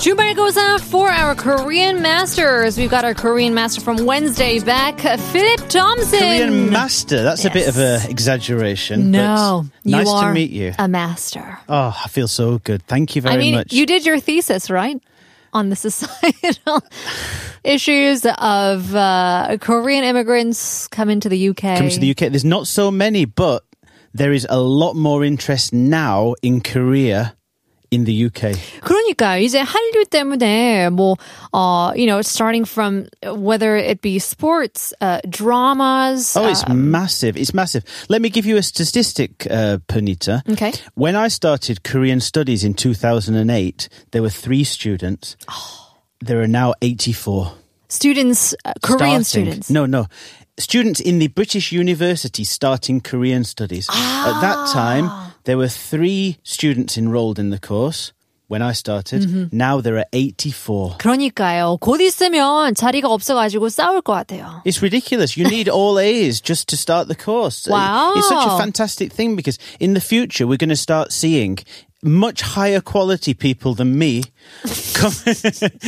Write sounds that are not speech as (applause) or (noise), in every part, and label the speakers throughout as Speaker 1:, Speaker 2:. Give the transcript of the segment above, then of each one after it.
Speaker 1: Jubal goes out for our Korean Masters. We've got our Korean Master from Wednesday back, Philip Thompson.
Speaker 2: Korean master. That's a bit of
Speaker 1: Yes.
Speaker 2: an exaggeration. but
Speaker 1: No, you
Speaker 2: nice
Speaker 1: are
Speaker 2: to meet you.
Speaker 1: A master.
Speaker 2: Oh, I feel so good. Thank you very
Speaker 1: I mean,
Speaker 2: much.
Speaker 1: you did your thesis right on the (laughs) societal issues of uh, Korean immigrants coming to the UK.
Speaker 2: Coming to the UK, there's not so many, but there is a lot more interest now in Korea in the UK.
Speaker 1: 그러니까 이제 한류 때문에 뭐 어, you know, starting from whether it be sports, uh, dramas.
Speaker 2: Oh, it's massive. It's massive. Let me give you a statistic, uh, Pernita.
Speaker 1: Okay.
Speaker 2: When I started Korean studies in 2008, there were three
Speaker 1: (gasps)
Speaker 2: students. There are now 84.
Speaker 1: students, uh, Korean
Speaker 2: starting.
Speaker 1: students.
Speaker 2: No, no. Students in the British university starting Korean studies. At
Speaker 1: Ah.
Speaker 2: that time, there were three students enrolled in the course when I started.
Speaker 1: Mm-hmm.
Speaker 2: Now there are 84.
Speaker 1: 그러니까요. 곧 있으면 자리가 없어가지고 싸울 것 같아요.
Speaker 2: It's ridiculous. You
Speaker 1: (laughs)
Speaker 2: need all A's just to start the course.
Speaker 1: Wow.
Speaker 2: It's such a fantastic thing because in the future, we're going to start seeing much higher quality people than
Speaker 1: (laughs)
Speaker 2: me com- (laughs)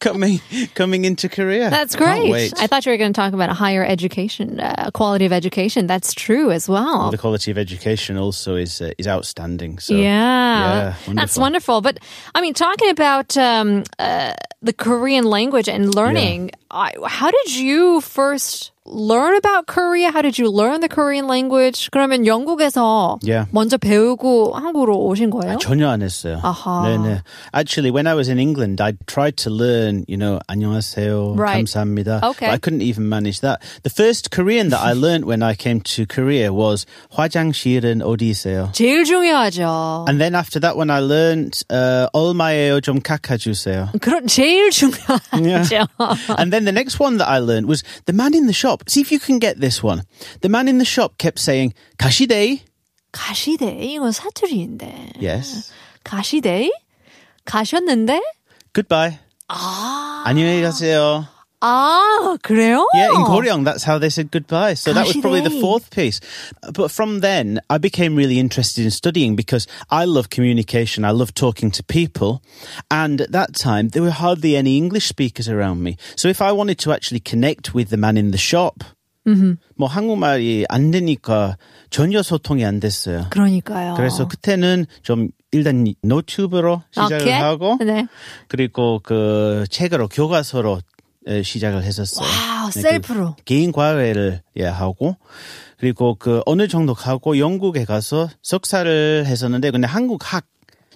Speaker 2: coming coming into Korea.
Speaker 1: That's
Speaker 2: Can't
Speaker 1: great.
Speaker 2: wait.
Speaker 1: I thought you were going to talk about a higher education, uh, quality of education. That's true as well.
Speaker 2: the quality of education also is uh, is outstanding. So
Speaker 1: Oh. Yeah, that's
Speaker 2: wonderful.
Speaker 1: wonderful. But I mean, talking about um, uh, the Korean language and learning, I, how did you first learn about Korea? How did you learn the Korean language? 그러면 영국에서
Speaker 2: Yeah. 아,
Speaker 1: 먼저 배우고 한국으로 오신 거예요?
Speaker 2: 전혀 안 했어요.
Speaker 1: 아하.
Speaker 2: 네, 네. uh, Actually, when I was in England, I tried to learn, you know, 안녕하세요,
Speaker 1: Right.
Speaker 2: 감사합니다.
Speaker 1: Okay.
Speaker 2: But I couldn't even manage that. The first Korean that
Speaker 1: (laughs)
Speaker 2: I learned when I came to Korea was 화장실은 어디 있어요?
Speaker 1: 제일 중요하죠.
Speaker 2: And then after that one, I learned uh, 얼마예요 좀 깎아주세요.
Speaker 1: 그런 제일 (laughs) 중요하죠.
Speaker 2: (laughs) and then the next one that I learned was the man in the shop. See if you can get this one. The man in the shop kept saying 가시대.
Speaker 1: 가시대 이건 사투리인데.
Speaker 2: Yes.
Speaker 1: 가시대 가셨는데
Speaker 2: Goodbye. Ah. 안녕히 가세요.
Speaker 1: 아 그래요?
Speaker 2: Yeah, in Goryeo, that's how they said goodbye. So that was probably the
Speaker 1: Oh. Gosh,
Speaker 2: fourth piece. But from then, I became really interested in studying because I love communication. I love talking to people. And at that time, there were hardly any English speakers around me. So if I wanted to actually connect with the man in the shop,
Speaker 1: Mm-hmm.
Speaker 2: 뭐 한국말이 안 되니까 전혀 소통이 안 됐어요.
Speaker 1: 그러니까요.
Speaker 2: 그래서 그때는 좀 일단 노트북으로 시작을
Speaker 1: 오케이.
Speaker 2: 하고
Speaker 1: 네.
Speaker 2: 그리고 그 책으로 교과서로 에, 시작을 했었어요.
Speaker 1: 와우,
Speaker 2: 네, 그
Speaker 1: 셀프로.
Speaker 2: 개인 과외를 예, 하고 그리고 그 어느 정도 가고 영국에 가서 석사를 했었는데 근데 한국 학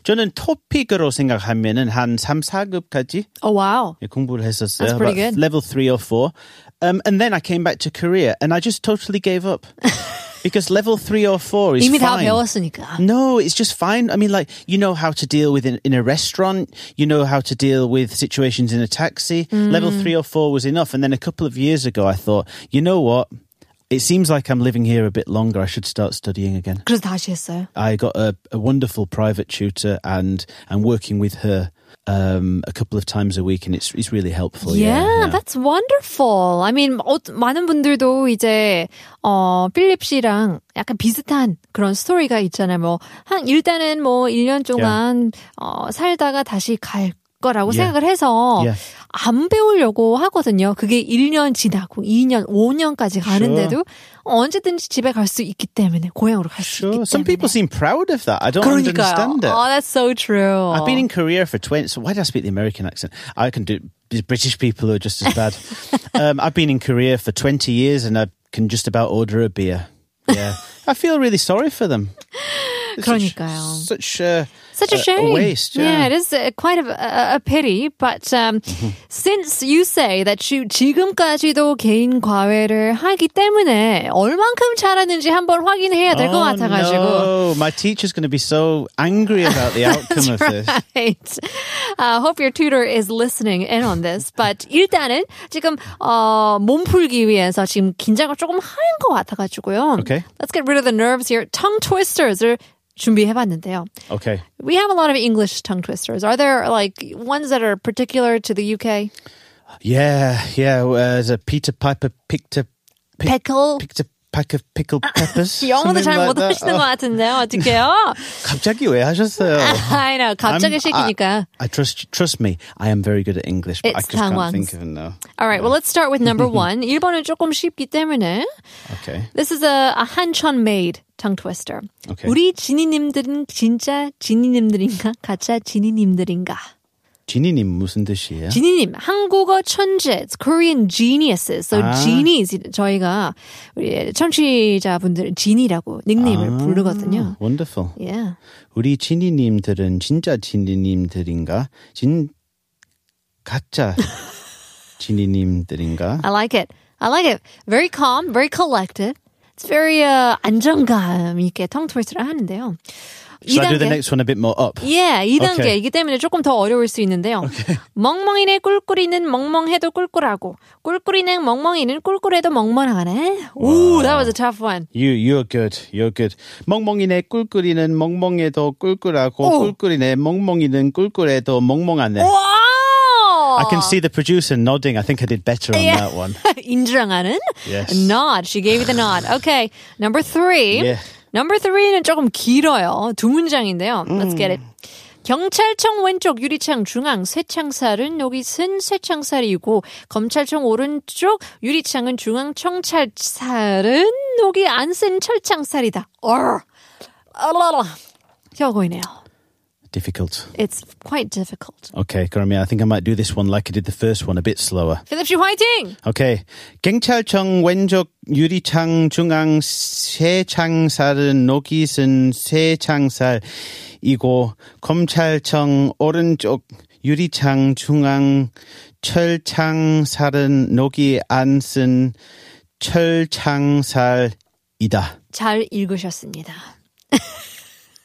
Speaker 2: 저는 토픽으로 생각하면은 한 3, 4급까지
Speaker 1: 어 와우.
Speaker 2: 예, 공부를 했었어요.
Speaker 1: That's pretty
Speaker 2: About
Speaker 1: good.
Speaker 2: Level 3 or 4. Um, and then I came back to Korea and I just totally
Speaker 1: (laughs)
Speaker 2: gave up. because level 3 or 4 is
Speaker 1: 이미 다
Speaker 2: fine. 음.
Speaker 1: 배웠으니까.
Speaker 2: No, it's just fine. I mean, like, you know how to deal with in, in a restaurant, you know how to deal with situations in a taxi. Level
Speaker 1: Mm.
Speaker 2: three or four was enough. And then a couple of years ago, I thought, you know what? It seems like I'm living here a bit longer. I should start studying again.
Speaker 1: 그래서 다시 했어요.
Speaker 2: I got a, a wonderful private tutor and I'm working with her um, a couple of times a week, and it's, it's really helpful.
Speaker 1: Yeah,
Speaker 2: yeah.
Speaker 1: that's wonderful. I mean, 어, 많은 분들도 이제 어 필립 씨랑 약간 비슷한 그런 스토리가 있잖아요. 뭐한 일단은 뭐
Speaker 2: 예.
Speaker 1: 1년 동안 어 살다가 다시 갈 거라고
Speaker 2: Yeah.
Speaker 1: 생각을 해서
Speaker 2: Yeah.
Speaker 1: 안 배우려고 하거든요. 그게 1년 지나고 2년, 5년까지 가는데도 언제든지 집에 갈 수 있기 때문에 고향으로 갈 수
Speaker 2: Sure.
Speaker 1: 있기
Speaker 2: Some
Speaker 1: 때문에.
Speaker 2: people seem proud of that. I don't
Speaker 1: 그러니까요.
Speaker 2: understand it.
Speaker 1: Oh, that's so true.
Speaker 2: I've been in Korea for 20. So why do I speak the American accent? I can do. British people are just as
Speaker 1: (laughs)
Speaker 2: bad. um, I've been in Korea for 20 years and I can just about order a beer.
Speaker 1: (laughs)
Speaker 2: Yeah. I feel really sorry for them. It's
Speaker 1: 그러니까요.
Speaker 2: Such, such, uh,
Speaker 1: Such a
Speaker 2: uh,
Speaker 1: shame.
Speaker 2: waste. Yeah.
Speaker 1: it is uh, quite a, a, a pity. But um,
Speaker 2: Mm-hmm.
Speaker 1: since you say that you 지금까지도 개인 과외를 하기 때문에 얼만큼 잘하는지 한번 확인해야 될 것 (laughs)
Speaker 2: Oh,
Speaker 1: 같아가지고.
Speaker 2: no. My teacher's going to be so angry
Speaker 1: (laughs)
Speaker 2: about the outcome of this.
Speaker 1: Right. Uh, hope your tutor is listening in on this. But 일단은 지금 어, 몸 풀기 위해서 지금 긴장을 조금 하는 것 같아가지고요.
Speaker 2: Okay.
Speaker 1: Let's get rid of the nerves here. Tongue twisters or 준비해봤는데요.
Speaker 2: Okay.
Speaker 1: We have a lot of English tongue twisters. Are there like ones that are particular to the UK?
Speaker 2: Yeah, yeah. Uh, there's a Peter Piper picked a pick,
Speaker 1: Pickle.
Speaker 2: picked a pack of
Speaker 1: (laughs)
Speaker 2: pickled peppers.
Speaker 1: 영어도
Speaker 2: something
Speaker 1: 잘
Speaker 2: like that.
Speaker 1: 못하시는
Speaker 2: 어,
Speaker 1: 것 같은데요. 어떡해요?
Speaker 2: 갑자기 왜 하셨어요?
Speaker 1: Oh. (laughs) I know. 갑자기
Speaker 2: I'm-
Speaker 1: 시키니까.
Speaker 2: I trust trust me. I am very good at English, but I
Speaker 1: It's
Speaker 2: just can't
Speaker 1: Taiwan's.
Speaker 2: think of it now.
Speaker 1: All right. Well, let's start with (laughs) number one. 일본은 조금 쉽기 때문에
Speaker 2: Okay.
Speaker 1: This is a, a 한천 made tongue twister.
Speaker 2: Okay.
Speaker 1: 우리 지니님들은 진짜 지니님들인가? 가짜 지니님들인가?
Speaker 2: 지니님 무슨 뜻이에요?
Speaker 1: 지니님, 한국어 천재, it's Korean geniuses. So
Speaker 2: 아.
Speaker 1: genies, 저희가 우리 청취자분들은 지니라고
Speaker 2: 아.
Speaker 1: 닉네임을 부르거든요.
Speaker 2: Wonderful.
Speaker 1: Yeah.
Speaker 2: 우리 지니님들은 진짜 지니님들인가? 진
Speaker 1: (laughs)
Speaker 2: 가짜 지니님들인가?
Speaker 1: I like it. I like it. Very calm, very collected. It's very uh, 안정감 있게 tongue twister를 하는데요.
Speaker 2: Should I do the
Speaker 1: 이단계.
Speaker 2: next one a bit more up?
Speaker 1: 예, 이단계
Speaker 2: Okay.
Speaker 1: 이기 때문에 조금 더 어려울 수 있는데요. 멍멍이네 꿀꿀이는 멍멍해도 꿀꿀하고 꿀꿀이네 멍멍이는 꿀꿀해도 멍멍하네. 오, that was a tough one.
Speaker 2: You you're good. You're good. 멍멍이네 꿀꿀이는 멍멍해도 꿀꿀하고 꿀꿀이네 멍멍이는 꿀꿀해도 멍멍하네.
Speaker 1: 와!
Speaker 2: I can see the producer nodding. I think I did better on that
Speaker 1: (laughs)
Speaker 2: one.
Speaker 1: 인정하는
Speaker 2: Yes.
Speaker 1: nod. She gave you the nod. Okay, number three.
Speaker 2: Yeah.
Speaker 1: Number three는 조금 길어요. 두 문장인데요. Let's get
Speaker 2: 음.
Speaker 1: it. 경찰청 왼쪽 유리창 중앙 쇠창살은 여기 쓴 쇠창살이고 검찰청 오른쪽 유리창은 중앙 청찰살은 여기 안 쓴 철창살이다. 얼. 얼얼얼. 혀 보이네요.
Speaker 2: Difficult.
Speaker 1: It's quite difficult.
Speaker 2: Okay, Karamia, I think I might do this one like I did the first one, a bit slower.
Speaker 1: 필립 씨 화이팅!
Speaker 2: Okay. 경찰청 왼쪽 유리창 중앙 세창살은 녹이 쓴 세창살이고 검찰청 오른쪽 유리창 중앙 철창살은 녹이 안 쓴 철창살이다.
Speaker 1: 잘 읽으셨습니다.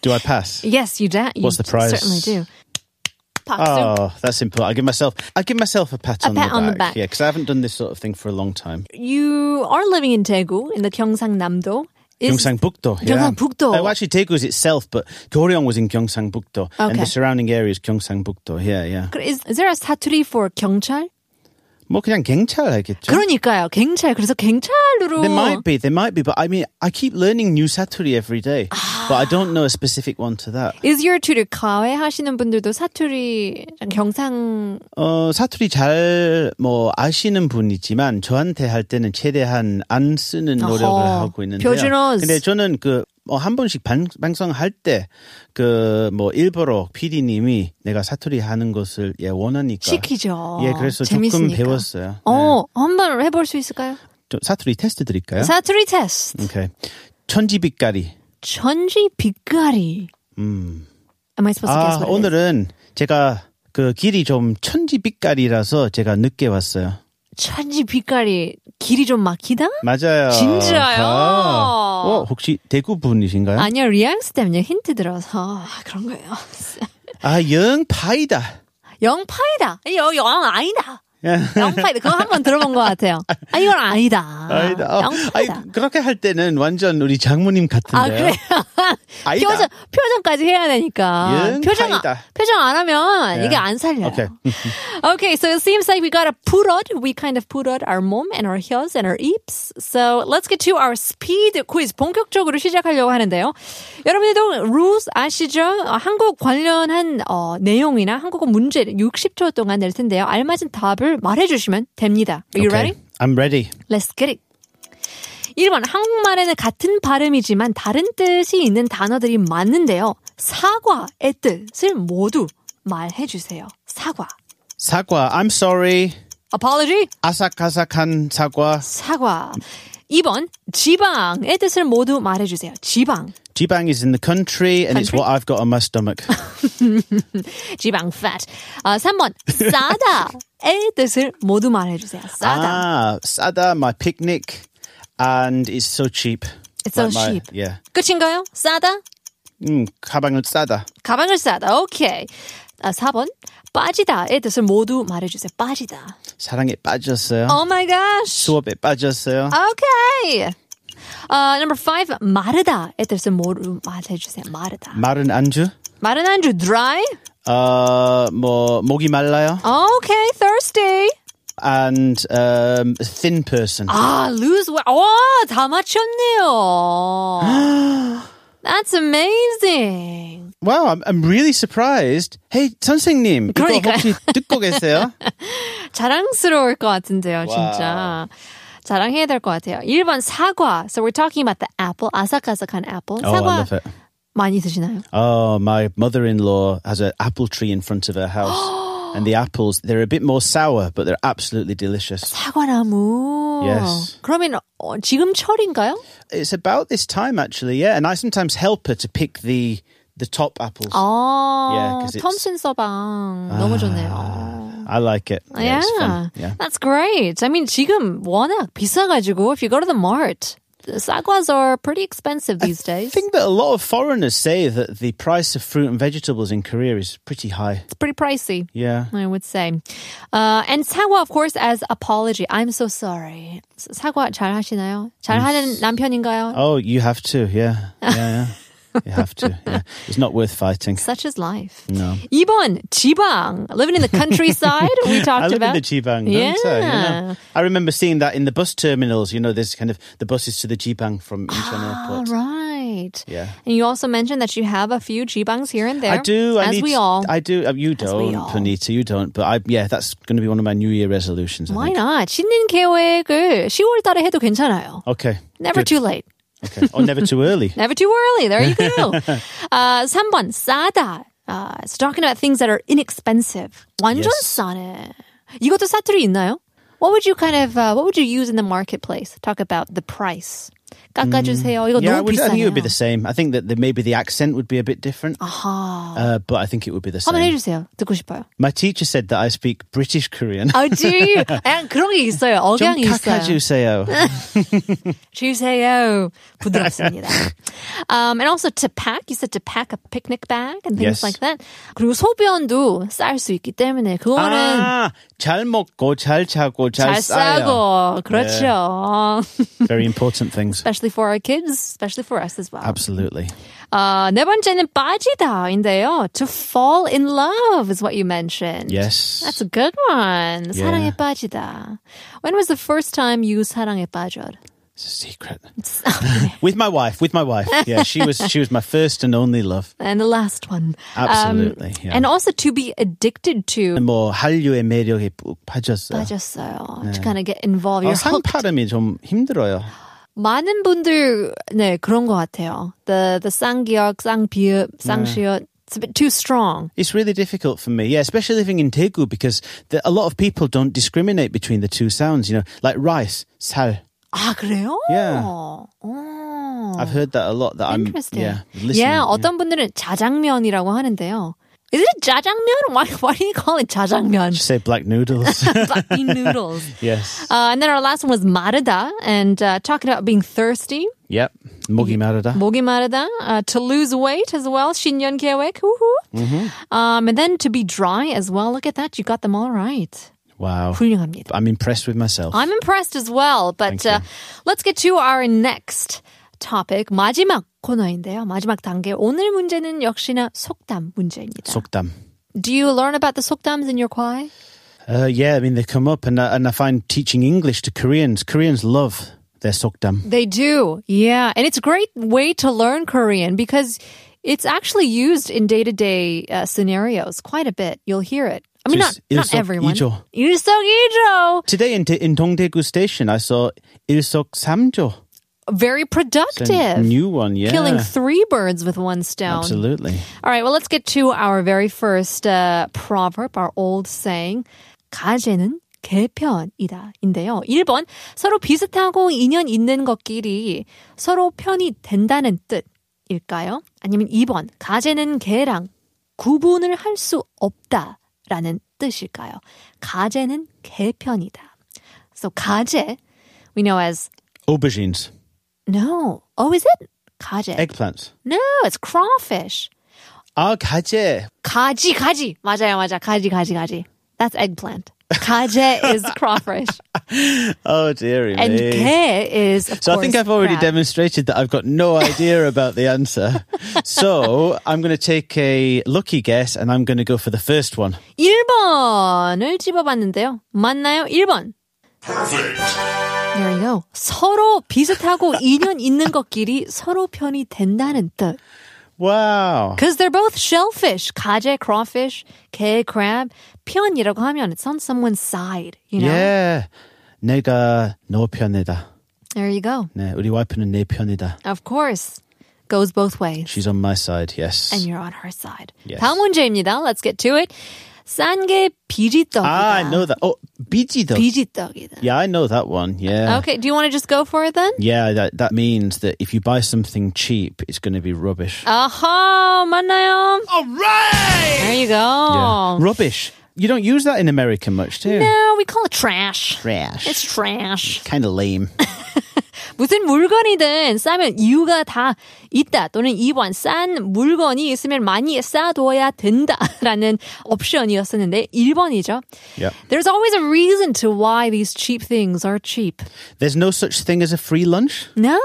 Speaker 2: Do I pass?
Speaker 1: Yes, you da- you
Speaker 2: What's the prize?
Speaker 1: certainly do. 박수.
Speaker 2: Oh, that's important. I give myself, I give myself a pat,
Speaker 1: A
Speaker 2: on,
Speaker 1: pat
Speaker 2: the
Speaker 1: on the back.
Speaker 2: back. Yeah, because I haven't done this sort of thing for a long time.
Speaker 1: You are living in Daegu in the Gyeongsangnam-do. Is-
Speaker 2: Gyeongsangbuk-do.
Speaker 1: Gyeongsangbuk-do.
Speaker 2: Oh, actually, Daegu is itself, but Goryeo was in Gyeongsangbuk-do, and
Speaker 1: Okay.
Speaker 2: the
Speaker 1: 그
Speaker 2: surrounding area is Gyeongsangbuk-do. Yeah, yeah.
Speaker 1: Is, is there a 사투리 for 경찰?
Speaker 2: 뭐 그냥 경찰 알겠죠?
Speaker 1: 그러니까요. 경찰. 그래서 경찰로
Speaker 2: There might be, there might be, but I mean, I keep learning new saturi every day,
Speaker 1: 아.
Speaker 2: but I don't know a specific one to that.
Speaker 1: is your tutor 가해 하시는 분들도 사투리 경상
Speaker 2: 어, 사투리 잘 뭐 아시는 분이지만 저한테 할 때는 최대한 안 쓰는 노력을
Speaker 1: 어허,
Speaker 2: 하고 있는데요.
Speaker 1: 표준어.
Speaker 2: 근데 저는 그 어, 한 번씩 방, 방송할 때 그 뭐 일부러 PD님이 내가 사투리 하는 것을 예 원하니까
Speaker 1: 시키죠.
Speaker 2: 예 그래서 조금
Speaker 1: 재밌으니까.
Speaker 2: 배웠어요. 네.
Speaker 1: 어, 한번 해볼 수 있을까요?
Speaker 2: 좀 사투리 테스트 드릴까요?
Speaker 1: 사투리 테스트.
Speaker 2: 오케이. 천지빛깔이. 음.
Speaker 1: 천지 빛깔이. Am I supposed to guess
Speaker 2: 아
Speaker 1: what it is?
Speaker 2: 오늘은 제가 그 길이 좀 천지빛깔이라서 제가 늦게 왔어요.
Speaker 1: 천지 빛깔이 길이 좀 막히다?
Speaker 2: 맞아요.
Speaker 1: 진짜요?
Speaker 2: 아. 어, 혹시 대구 분이신가요?
Speaker 1: 아니요, 리앙스 때문에 힌트 들어서 아, 그런 거예요. (laughs)
Speaker 2: 아, 영파이다.
Speaker 1: 영파이다. 여, 영 아니다.
Speaker 2: 예.
Speaker 1: 영파이다. 그거 한 번 들어본 것 같아요. 아, 이건 아니다.
Speaker 2: 아니다. 어, 아이,
Speaker 1: 영파이다.
Speaker 2: 그렇게 할 때는 완전 우리 장모님
Speaker 1: 아,
Speaker 2: 같은데요.
Speaker 1: 그래요?
Speaker 2: 아니다.
Speaker 1: 표정, 표정까지 해야 되니까.
Speaker 2: 영
Speaker 1: 표정,
Speaker 2: 파이다. 예.
Speaker 1: 표정 안 하면
Speaker 2: Yeah.
Speaker 1: 이게 안 살려요.
Speaker 2: Okay.
Speaker 1: okay, so it seems like we got to put out, we kind of put out our 몸 and our heels and our eeps. So let's get to our speed quiz. 본격적으로 시작하려고 하는데요. 여러분들도 rules 아시죠? 어, 한국 관련한 어, 내용이나 한국어 문제 60초 동안 낼 텐데요. 알맞은 답을 말해주시면 됩니다. Are you
Speaker 2: Okay.
Speaker 1: ready?
Speaker 2: I'm ready.
Speaker 1: Let's get it. 1번 한국말에는 같은 발음이지만 다른 뜻이 있는 단어들이 많은데요. 사과의 뜻을 모두 말해 주세요. 사과.
Speaker 2: 사과. I'm sorry.
Speaker 1: apology.
Speaker 2: 아삭아삭한 사과.
Speaker 1: 사과. 2번 지방의 뜻을 모두 말해 주세요. 지방.
Speaker 2: Jibang is in the country and it's
Speaker 1: Country?
Speaker 2: what I've got on my stomach.
Speaker 1: 지방 fat. 아, 3번 싸다의 (laughs) 뜻을 모두 말해 주세요. 싸다.
Speaker 2: Ah, sada, my picnic. And it's so cheap.
Speaker 1: It's so
Speaker 2: my-
Speaker 1: cheap.
Speaker 2: Yeah.
Speaker 1: 끝인가요? 싸다.
Speaker 2: 음, 가방을 싸다.
Speaker 1: 가방을 싸다. 오케이. 아, 4번 빠지다의 뜻을 모두 말해 주세요. 빠지다.
Speaker 2: 사랑에 빠졌어요.
Speaker 1: Oh my gosh.
Speaker 2: 수업에 빠졌어요.
Speaker 1: Okay. Uh, number five, 마르다. 에 대해서 뭐로 맞아주세요. 마르다.
Speaker 2: 말은 안주?
Speaker 1: 마른 안주, dry.
Speaker 2: 어, 뭐 목이 말라요?
Speaker 1: Okay, thirsty.
Speaker 2: And um, a thin person.
Speaker 1: 아, lose weight. 와, 다
Speaker 2: (gasps)
Speaker 1: 맞췄네요. That's amazing.
Speaker 2: Wow, I'm, I'm really surprised. Hey, 선생님, 이거
Speaker 1: 그러니까요.
Speaker 2: 혹시 듣고 계세요?
Speaker 1: 자랑스러울 것 같은데요, 진짜. 자랑해야 될 것 같아요. 1번 사과. So we're talking about the apple. 아삭아삭한 apple.
Speaker 2: Oh,
Speaker 1: (laughs)
Speaker 2: I
Speaker 1: 사과
Speaker 2: love it.
Speaker 1: 많이 드시나요?
Speaker 2: Oh, my mother-in-law has an apple tree in front of
Speaker 1: (gasps)
Speaker 2: her house, and the apples they're a bit more sour, but they're absolutely delicious.
Speaker 1: 사과나무.
Speaker 2: Yes.
Speaker 1: 그러면 어, 지금 철인가요?
Speaker 2: It's about this time actually, yeah, and I sometimes help her to pick the the top apples.
Speaker 1: Oh.
Speaker 2: Yeah,
Speaker 1: 아,
Speaker 2: 'cause it's- 아.
Speaker 1: 톰슨 서방 너무 좋네요.
Speaker 2: I like it. Yeah,
Speaker 1: Yeah,
Speaker 2: it's fun. Yeah.
Speaker 1: that's great. I mean, 지금 워낙 비싸가지고 if you go to the mart, the saguas are pretty expensive these
Speaker 2: I
Speaker 1: days.
Speaker 2: think that a lot of foreigners say that the price of fruit and vegetables in Korea is pretty high.
Speaker 1: It's pretty pricey.
Speaker 2: Yeah.
Speaker 1: I would say. Uh, and 사과, of course, as apology. I'm so sorry. 사과 잘 하시나요? 잘 하는 남편인가요?
Speaker 2: Oh, you have to.
Speaker 1: (laughs)
Speaker 2: Yeah. Yeah. yeah. you have to. Yeah. It's not worth fighting.
Speaker 1: Such is life.
Speaker 2: No.
Speaker 1: 2번, 지방. Living in the countryside, we
Speaker 2: (laughs)
Speaker 1: talked
Speaker 2: I live
Speaker 1: about.
Speaker 2: in the Jibang,
Speaker 1: Yeah.
Speaker 2: don't I? You know? I remember seeing that in the bus terminals. You know, there's kind of the buses to the Jibang from Incheon
Speaker 1: All
Speaker 2: Airport.
Speaker 1: right.
Speaker 2: Yeah.
Speaker 1: And you also mentioned that you have a few jibangs here and there.
Speaker 2: I do. I
Speaker 1: as
Speaker 2: need,
Speaker 1: we all.
Speaker 2: I do. Uh, you
Speaker 1: we
Speaker 2: don't,
Speaker 1: all.
Speaker 2: Panita. You don't. But I, yeah, that's going to be one of my New Year resolutions. I
Speaker 1: Why
Speaker 2: think.
Speaker 1: not? 신년 계획을 10월달에 해도 괜찮아요.
Speaker 2: Okay.
Speaker 1: Never
Speaker 2: good.
Speaker 1: too late.
Speaker 2: Okay. Or never too early.
Speaker 1: (laughs) Never too early. There you
Speaker 2: (laughs)
Speaker 1: go. uh, 3번, 싸다. Uh, it's talking about things that are inexpensive. 완전
Speaker 2: Yes.
Speaker 1: 싸네. 이것도 사투리 있나요? What would you kind of, uh, what would you use in the marketplace? Talk about the price. 깎아주세요. 이거
Speaker 2: 음, Yeah, I,
Speaker 1: 너무
Speaker 2: would, I think it would be
Speaker 1: 비싸네요.
Speaker 2: the same. I think that the, maybe the accent would be a bit different,
Speaker 1: Oh. 아하.
Speaker 2: uh, but I think it would be the same.
Speaker 1: 한번 해주세요. 듣고
Speaker 2: (laughs)
Speaker 1: 싶어요.
Speaker 2: My teacher said that I speak British Korean.
Speaker 1: 아, 지 약간 그런 게 있어요.
Speaker 2: 좀
Speaker 1: 억양이 있어요. (laughs)
Speaker 2: 깎아주세요.
Speaker 1: 주세요.
Speaker 2: (laughs)
Speaker 1: 부드럽습니다. um, and also to pack. You said to pack a picnic bag and things
Speaker 2: Yes.
Speaker 1: like that. 그리고 소변도 쌓을 수 있기 때문에 그거는
Speaker 2: 아, 잘 먹고 잘 자고 잘,
Speaker 1: 잘 (laughs)
Speaker 2: 싸요.
Speaker 1: 싸고 그렇죠.
Speaker 2: oh.
Speaker 1: (laughs)
Speaker 2: Very important things.
Speaker 1: especially for our kids, especially for us as well.
Speaker 2: Absolutely.
Speaker 1: 아, 네 번째는 빠지다인데요. To fall in love is what you mentioned.
Speaker 2: Yes.
Speaker 1: That's a good one. 사랑에 빠지다. When was the first time you 사랑에 빠졌?
Speaker 2: It's
Speaker 1: (laughs)
Speaker 2: a secret. with my wife, with my wife. Yeah, she was she was my first and only love.
Speaker 1: And the last one. Um,
Speaker 2: Absolutely, yeah.
Speaker 1: And also to be addicted to.
Speaker 2: 뭐 한류의 매력에 푹 빠졌어요.
Speaker 1: 빠졌어요. To kind of get involved.
Speaker 2: 어,
Speaker 1: You're hooked.
Speaker 2: 상파름이 좀 힘들어요.
Speaker 1: 많은 분들 네 그런 것 같아요. The the 쌍기역, 쌍비읍, 쌍시옷. It's a bit too strong.
Speaker 2: It's really difficult for me, yeah, especially living in Daegu because the, a lot of people don't discriminate between the two sounds, you know, like rice, sal.
Speaker 1: 아 그래요?
Speaker 2: Yeah.
Speaker 1: 어.
Speaker 2: I've heard that a lot. That I'm,
Speaker 1: Interesting.
Speaker 2: yeah, listening.
Speaker 1: yeah, 어떤 분들은 자장면이라고 하는데요. Is it 자장면? Why, why do you call it 자장면?
Speaker 2: (laughs) Just say black noodles.
Speaker 1: Bloody noodles.
Speaker 2: yes.
Speaker 1: Uh, and then our last one was 마르다, and uh, talking about being thirsty.
Speaker 2: Yep. 목이 마르다.
Speaker 1: 목이 마르다. Uh, to lose weight as well. 신년 계획. Woohoo. Um, and then to be dry as well. Look at that. You got them all right.
Speaker 2: Wow.
Speaker 1: 훌륭합니다.
Speaker 2: I'm impressed with myself.
Speaker 1: I'm impressed as well. But uh, let's get to our next topic. 마지막 코너인데요. 마지막 단계. 오늘 문제는 역시나 속담 문제입니다.
Speaker 2: 속담.
Speaker 1: Do you learn about the 속담s in your kwai?
Speaker 2: Uh, yeah, I mean they come up, and I, and I find teaching English to Koreans. Koreans love their sokdam.
Speaker 1: They do. Yeah. And it's a great way to learn Korean because it's actually used in day to day scenarios quite a bit. You'll hear it. I mean, not,
Speaker 2: Just
Speaker 1: not everyone.
Speaker 2: 일석이조.
Speaker 1: 일석이조.
Speaker 2: Today in in Dongdaegu Station, I saw ilsok samjo.
Speaker 1: Very productive.
Speaker 2: New one, yeah.
Speaker 1: Killing three birds with one stone.
Speaker 2: Absolutely.
Speaker 1: All right, well, let's get to our very first uh, proverb, our old saying. 가재는 개편이다인데요. 1번 서로 비슷하고 인연 있는 것끼리 서로 편이 된다는 뜻일까요? 아니면 2번 가재는 개랑 구분을 할 수 없다라는 뜻일까요? 가재는 개편이다. So 가재 we know as
Speaker 2: Aubergines,
Speaker 1: no. Oh, is it? 가재.
Speaker 2: eggplants.
Speaker 1: No, it's crawfish.
Speaker 2: Ah, gaje. (laughs)
Speaker 1: 가지 가지 맞아요 맞아 가지 가지 가지 that's eggplant 가재 is crawfish
Speaker 2: oh dearie
Speaker 1: And
Speaker 2: me.
Speaker 1: 개 is of
Speaker 2: So I think
Speaker 1: course,
Speaker 2: I've already
Speaker 1: crab.
Speaker 2: demonstrated that I've
Speaker 1: (laughs)
Speaker 2: got no idea about the answer. So I'm going to take a lucky guess and I'm going to go for the first one.
Speaker 1: 1번을 집어봤는데요. 맞나요? 1번. There you go. 서로
Speaker 2: (laughs)
Speaker 1: 비슷하고 인연 있는 것끼리 서로 편이 된다는 뜻.
Speaker 2: Wow.
Speaker 1: Because they're both shellfish. 가재, crawfish, 개, crab. 편이라고 하면 it's on someone's side, you know?
Speaker 2: Yeah. 내가 너 편이다.
Speaker 1: There you go.
Speaker 2: 네, 우리 와이프는 내 편이다.
Speaker 1: Of course. Goes both ways.
Speaker 2: She's on my side, yes.
Speaker 1: And you're on her side.
Speaker 2: Yes.
Speaker 1: 다음 문제입니다. Let's get to it. 싼게 비지떡이다.
Speaker 2: ah, I know that. Oh, BG though.
Speaker 1: 비지떡이다.
Speaker 2: Yeah, I know that one. Yeah.
Speaker 1: Okay, do you want to just go for it then?
Speaker 2: Yeah, that, that means that if you buy something cheap, it's going to be rubbish.
Speaker 1: 아하, 맞나요?
Speaker 2: All right!
Speaker 1: There you go.
Speaker 2: Rubbish. You don't use that in America much, do you?
Speaker 1: Oh. No, we call it trash.
Speaker 2: Trash.
Speaker 1: It's trash.
Speaker 2: kind of
Speaker 1: (laughs)
Speaker 2: lame.
Speaker 1: 무슨 물건이든 싸면 이유가 다 있다. 또는 이번 싼 물건이 있으면 많이 싸둬야 된다라는 옵션이었었는데 1번이죠.
Speaker 2: Yep.
Speaker 1: There's always a reason to why these cheap things are cheap.
Speaker 2: There's no such thing as a free lunch.
Speaker 1: No,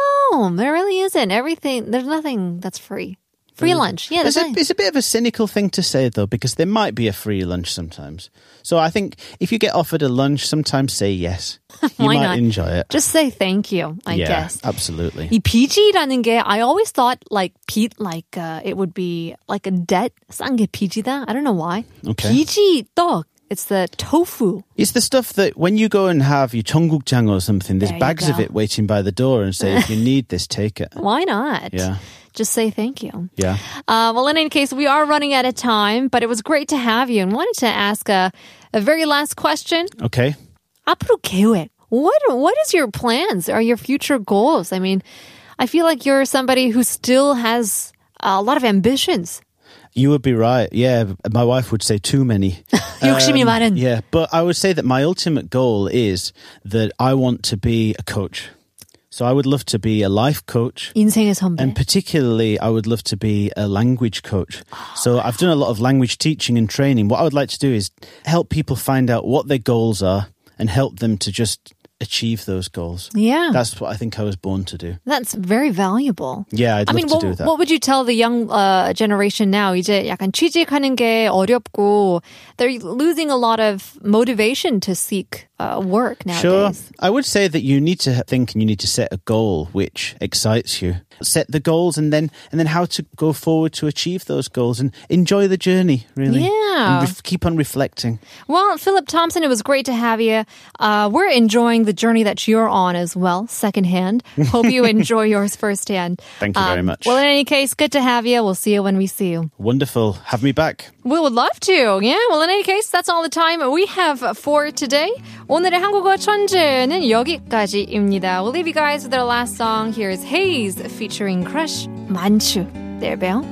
Speaker 1: there really isn't. Everything, there's nothing that's free. Free
Speaker 2: Mm.
Speaker 1: lunch. Yeah, that's
Speaker 2: It's a,
Speaker 1: right.
Speaker 2: it's a bit of a cynical thing to say, though, because there might be a free lunch sometimes. So I think if you get offered a lunch, sometimes say yes. You
Speaker 1: (laughs) Why
Speaker 2: might
Speaker 1: not?
Speaker 2: enjoy it.
Speaker 1: Just say thank you, I
Speaker 2: yeah,
Speaker 1: guess.
Speaker 2: absolutely.
Speaker 1: 이 빚이라는 게 I always thought like 빚 like uh, it would be like a debt. 싼게 빚이다. I don't know why.
Speaker 2: Okay.
Speaker 1: 빚이 떡. It's the tofu.
Speaker 2: It's the stuff that when you go and have your chonggukjang or something, there's
Speaker 1: There you
Speaker 2: bags of
Speaker 1: go.
Speaker 2: it waiting by the door and say, if you need this, take it.
Speaker 1: Why not?
Speaker 2: Yeah.
Speaker 1: Just say thank you.
Speaker 2: Yeah.
Speaker 1: Uh, well, in any case, we are running out of time, but it was great to have you and wanted to ask a, a very last question.
Speaker 2: Okay.
Speaker 1: 앞으로 계획. What what is your plans? Are your future goals? I mean, I feel like you're somebody who still has a lot of ambitions.
Speaker 2: You would be right. Yeah. My wife would say too
Speaker 1: (laughs)
Speaker 2: many.
Speaker 1: 욕심이 많은.
Speaker 2: Um, yeah. But I would say that my ultimate goal is that I want to be a coach. So I would love to be a life coach.
Speaker 1: 인생의 선배.
Speaker 2: And particularly, I would love to be a language coach.
Speaker 1: Oh,
Speaker 2: So I've done a lot of language teaching and training. What I would like to do is help people find out what their goals are and help them to just achieve those goals.
Speaker 1: yeah.
Speaker 2: That's what I think I was born to do.
Speaker 1: That's very valuable.
Speaker 2: Yeah, I'd
Speaker 1: I
Speaker 2: love
Speaker 1: mean,
Speaker 2: to
Speaker 1: what,
Speaker 2: do that.
Speaker 1: what would you tell the young uh, generation now? 이제 약간 취직하는 게 어렵고 they're losing a lot of motivation to seek uh, work
Speaker 2: Sure.
Speaker 1: nowadays.
Speaker 2: I would say that you need to think and you need to set a goal which excites you. Set the goals and then and then how to go forward to achieve those goals and enjoy the journey, really.
Speaker 1: Yeah.
Speaker 2: And ref- keep on reflecting.
Speaker 1: Well, Philip Thompson, it was great to have you. Uh, we're enjoying the journey that you're on as well, secondhand. Hope
Speaker 2: (laughs)
Speaker 1: you enjoy yours firsthand. Uh,
Speaker 2: Thank you very much.
Speaker 1: Well, in any case, good to have you. We'll see you when we see you.
Speaker 2: Wonderful. Have me back.
Speaker 1: We would love to. Yeah. Well, in any case, that's all the time we have for today. 오늘의 한국어 천재는 여기까지입니다. We'll leave you guys with our last song. Here is Haze featuring Crush Manchu. There, Belle.